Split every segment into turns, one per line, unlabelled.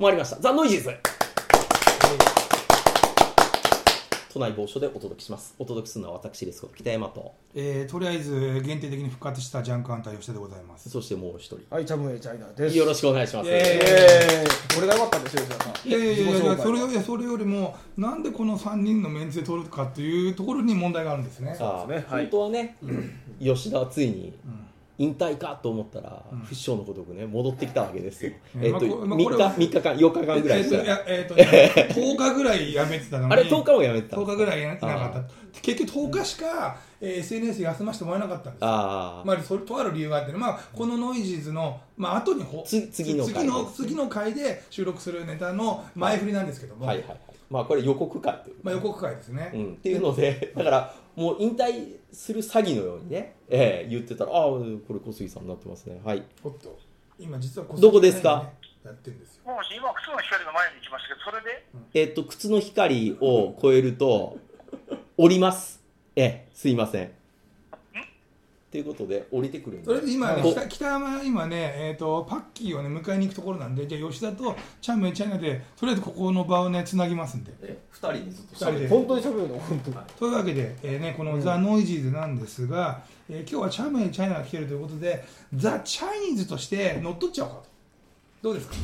回りましたザ・ノイジーズ都内某所でお届けしますお届けするのは私ですこと北山と
えー、とりあえず限定的に復活したジャンクアンタイ吉田でございます
そしてもう一人
はい、チャムエイチャイナです。
よろしくお願いします
イエーイ。俺が良かったんですよ、じゃあ。
いやいやいや
自
い
己紹
や
介
それよいやそれよりもなんでこの3人のメンツで撮るかっていうところに問題があるんですね
さあ、
そうですねはい
本当はね、吉田はついに引退かと思ったら、
ん
不死鳥のごとくね戻ってきたわけですよ、
うん
えっと、
まあこまあ
3
これ
日
は
三日間4日間ぐらい
え
し
ー
た
とい
ら、
やえーとね10日ぐらいやめてたのに
あれ10日もやめてた
10日ぐらいやってなか
あ
った結局10日しか、えー SNS 休ませてもらえなかったんですよ
あー
まあ、それとある理由があってね、まあ、このノイジーズの、まあ後にほ
つ次の回
次の次の回で収録するネタの前振りなんですけども、
はいはいはいまあこれ予告会という
まあ、予告会ですね、
うん、っていうので、だから、もう引退する詐欺のようにね、ええ言ってたら、ああ、これ小杉さんになってますね。はい。
おっと今実はこ
どこですか
やってるんですよ
もう今、靴の光の前に行きましたけど、それで、
えっと、靴の光を超えると、降ります。ええ、すいません。ということで、降りてくるんで
それで今ね
こ
北北山今ね、えー、とパッキーをね迎えに行くところなんでじゃあ吉田とチャンメンチャイナでとりあえずここの場をねつなぎますんで
ええ二人でずっと
二人で
本当に喋るの、本当に。
というわけで、えーね、この「ザ・ノイジーズ」なんですが、えー今日はチャイムにチャイナが来てるということでザ・チャイニーズとして乗っ取っちゃおうかとどうですか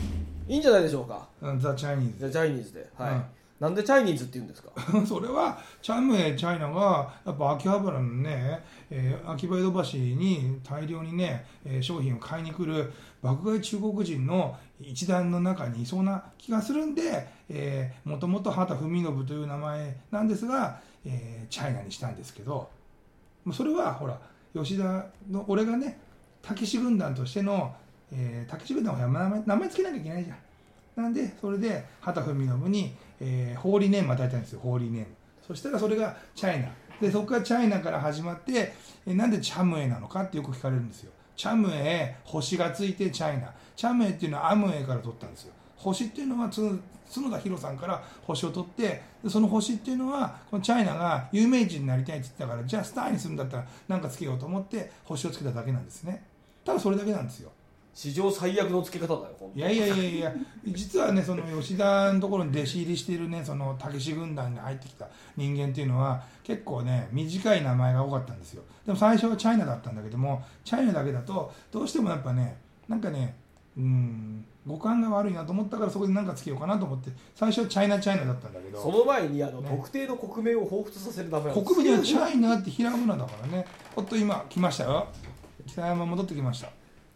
いいんじゃないでしょうか。
うんザ・チャイニー
じゃ
ズ
あ、チャイニーズで。はい。
うん
なんでチャイニーズって言うんですか
それはチャイムエチャイナがやっぱ秋葉原のね、えー秋葉江戸橋に大量にね、えー商品を買いに来る爆買い中国人の一団の中にいそうな気がするんで、えー、もともと畑文信という名前なんですが、えーチャイナにしたんですけどまあそれはほら吉田の俺がねたけし軍団としての、えー、たけし軍団は名前名前つけなきゃいけないじゃんなんでそれで畑文信に、えー、ホーリーネーム与えたんですよホーリーネームそしたらそれがチャイナでそこからチャイナから始まって、えーなんでチャムエなのかってよく聞かれるんですよチャムエ星がついてチャイナチャムエっていうのはアムエから取ったんですよ星っていうのはつ角田博さんから星を取ってでその星っていうのはこのチャイナが有名人になりたいって言ってたからじゃあスターにするんだったら何かつけようと思って星をつけただけなんですねただそれだけなんですよ
史上最悪の付け方だよ、本
いやいやいやいや、実はね、その吉田のところに弟子入りしているね、その武士軍団に入ってきた人間っていうのは、結構ね、短い名前が多かったんですよ。でも最初はチャイナだったんだけども、チャイナだけだと、どうしてもやっぱね、なんかね、うん、五感が悪いなと思ったから、そこで何かつけようかなと思って、最初はチャイナチャイナだったんだけ
当。そ
ど、
の前に、あの、
ね
特定の国名を彷彿させるためなんです
国民はチャイナってひらがなだからね、おっと、今、来ましたよ。北山戻ってきました。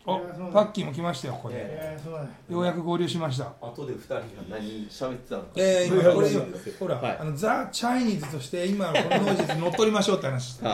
お、パッキーも来ましたよ、ここで。
えー、そうだね。
ようやく合流しました。
後で二人が何喋ってたのか。
えー、今これよほら、
はい
あのザ・チャイニーズとして今のこのノイジーズ乗っ取りましょうって話 して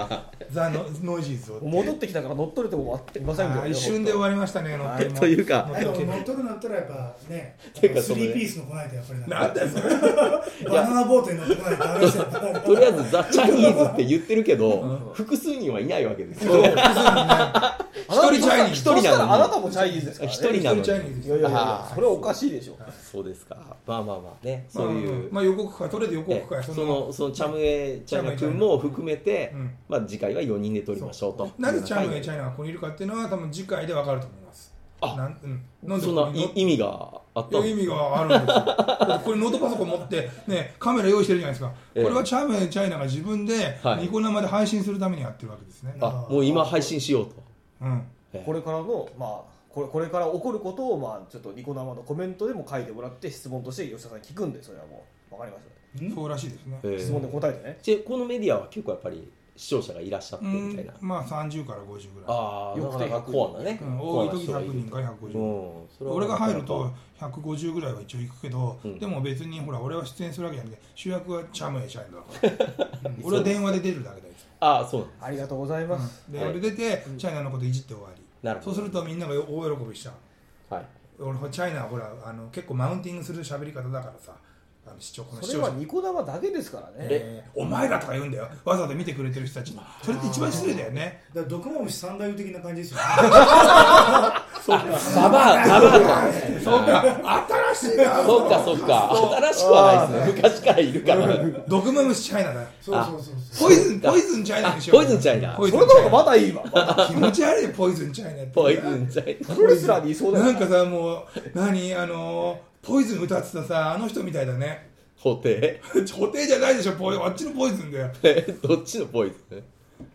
ザ・ノノイジーズを
戻ってきたから乗っ取れても終わっていませんけど
あー
ね
一瞬で終わりましたね乗っ取りも
というか
乗っ
でも
取り
乗っ取るなったらやっぱね、
ていうか
ス
その
リ
ね
ーピースのこないとやっぱり
なんだよそれ
バナナボートに乗ってこないとダメですよ。
とりあえず、ザ・チャイニーズって言ってるけど、複数人はいないわけですよ。
あなた
一人チャイニーズ
一人なのにそしたらあなたもチャイニーズですからね
一人なの
一人チャイニ
に。
ーズ
いやいやい
あ
や
ー
それはおかしいでしょ
そうですか。まあまあまあね、そういう。
まあ、まあ予告会とりあえず予告会
えそのそのチャムエチャイナ君も含めて、
うん
まあ、次回は4人で撮りましょうと
なぜチャイムエチ
ャ
ャイナがここにいるかっていうのは多分次回でわかると思います
あ
なん,、うん、なんで
そ
こ
ん
こ
な
に乗っ
い意味があっ
い
たの
や意味があるんですよこれノートパソコン持って、ね、カメラ用意してるじゃないですか、
ええ
これはチャイムチャイナが自分で
はい
ニコ生で配信するためにやってるわけですね、
あもう今配信しようと、
うん、
ええ
これからのまあこれこれから起こることをまあちょっとニコ生のコメントでも書いてもらって質問として吉田さんに聞くんでそれはもうわかりまし
そうらしいですね、
ええ
た質問で答えてね
でこのメディアは結構やっぱり視聴者がいらっしゃって
う
みたい
ん
な、、
まあ30から50ぐらい、
ああ
よ
な
く
か
て
なかコアなね、
うん、
コ
多
ア
い
な
時
人がいる
100人から150、
うん、それは
俺が入ると
なか
150ぐらいは一応行くけど、
うん
でも別にほら俺は出演するわけじゃなくて主役はチャムエチャイナだ から、うん俺は電話で出るだけだ
な
よ
かああそうなんです
ありがとうございます、
で、
はい
俺出てチャイナのこといじって終わり
なるほ
そう
ど
するとみんなが大喜びしちゃう
はい
俺ほらチャイナはほらあの結構マウンティングする喋り方だからさあの視聴この視
それ
聴
は
者
ニコ生だけですからね
えーお前らとか言うんだよわざわざ見てくれてる人たちにそれって一番失礼だよね
だから毒も虫三大夫的な感じですよ。
サバーサバーと
そうか新しいな
そっかそっか新しくはないですね昔からいるから
毒マムシチャイナだよ
そうそうそうそう。
ポイズンポイズンチャイナにしよう
あポイズンチャイナ
ポイズ
そ
ン
れ
チ
の
ャイ
方が
ナ
まだいいわまだ
気持ち悪いよポイズンチャイナって
ポイズンチャイナ
プロレスラーでいそうだよ
なんかさもう何あのーポイズン歌ってたさあの人みたいだね
法廷
固定じゃないでしょポイあっちのポイズンだよ
え どっちのポイズン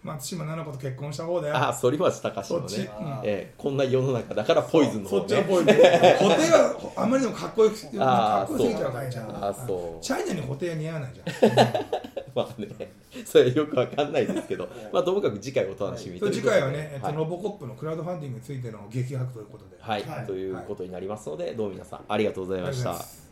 松島菜々子と結婚した方だよ
ああ反町隆史
そ
の
っち、
ね、
うん
えーこんな世の中だからポイズンの
そ
方
っちの
ね
ポイズン固定はあまりにもかっこよくか
あー
っこよすぎちゃうからじゃ
そう
あーそう
チャイナに固定は似合わないじゃん
まあねそれよくわかんないですけどまあともかく次回お楽しみという
次
ことで
回はね、えっと
はい
ロボコップのクラウドファンディングについての激白ということで、
はい、
はい
ということになりますので、どうも皆さんありがとうございました。
ありがとうございます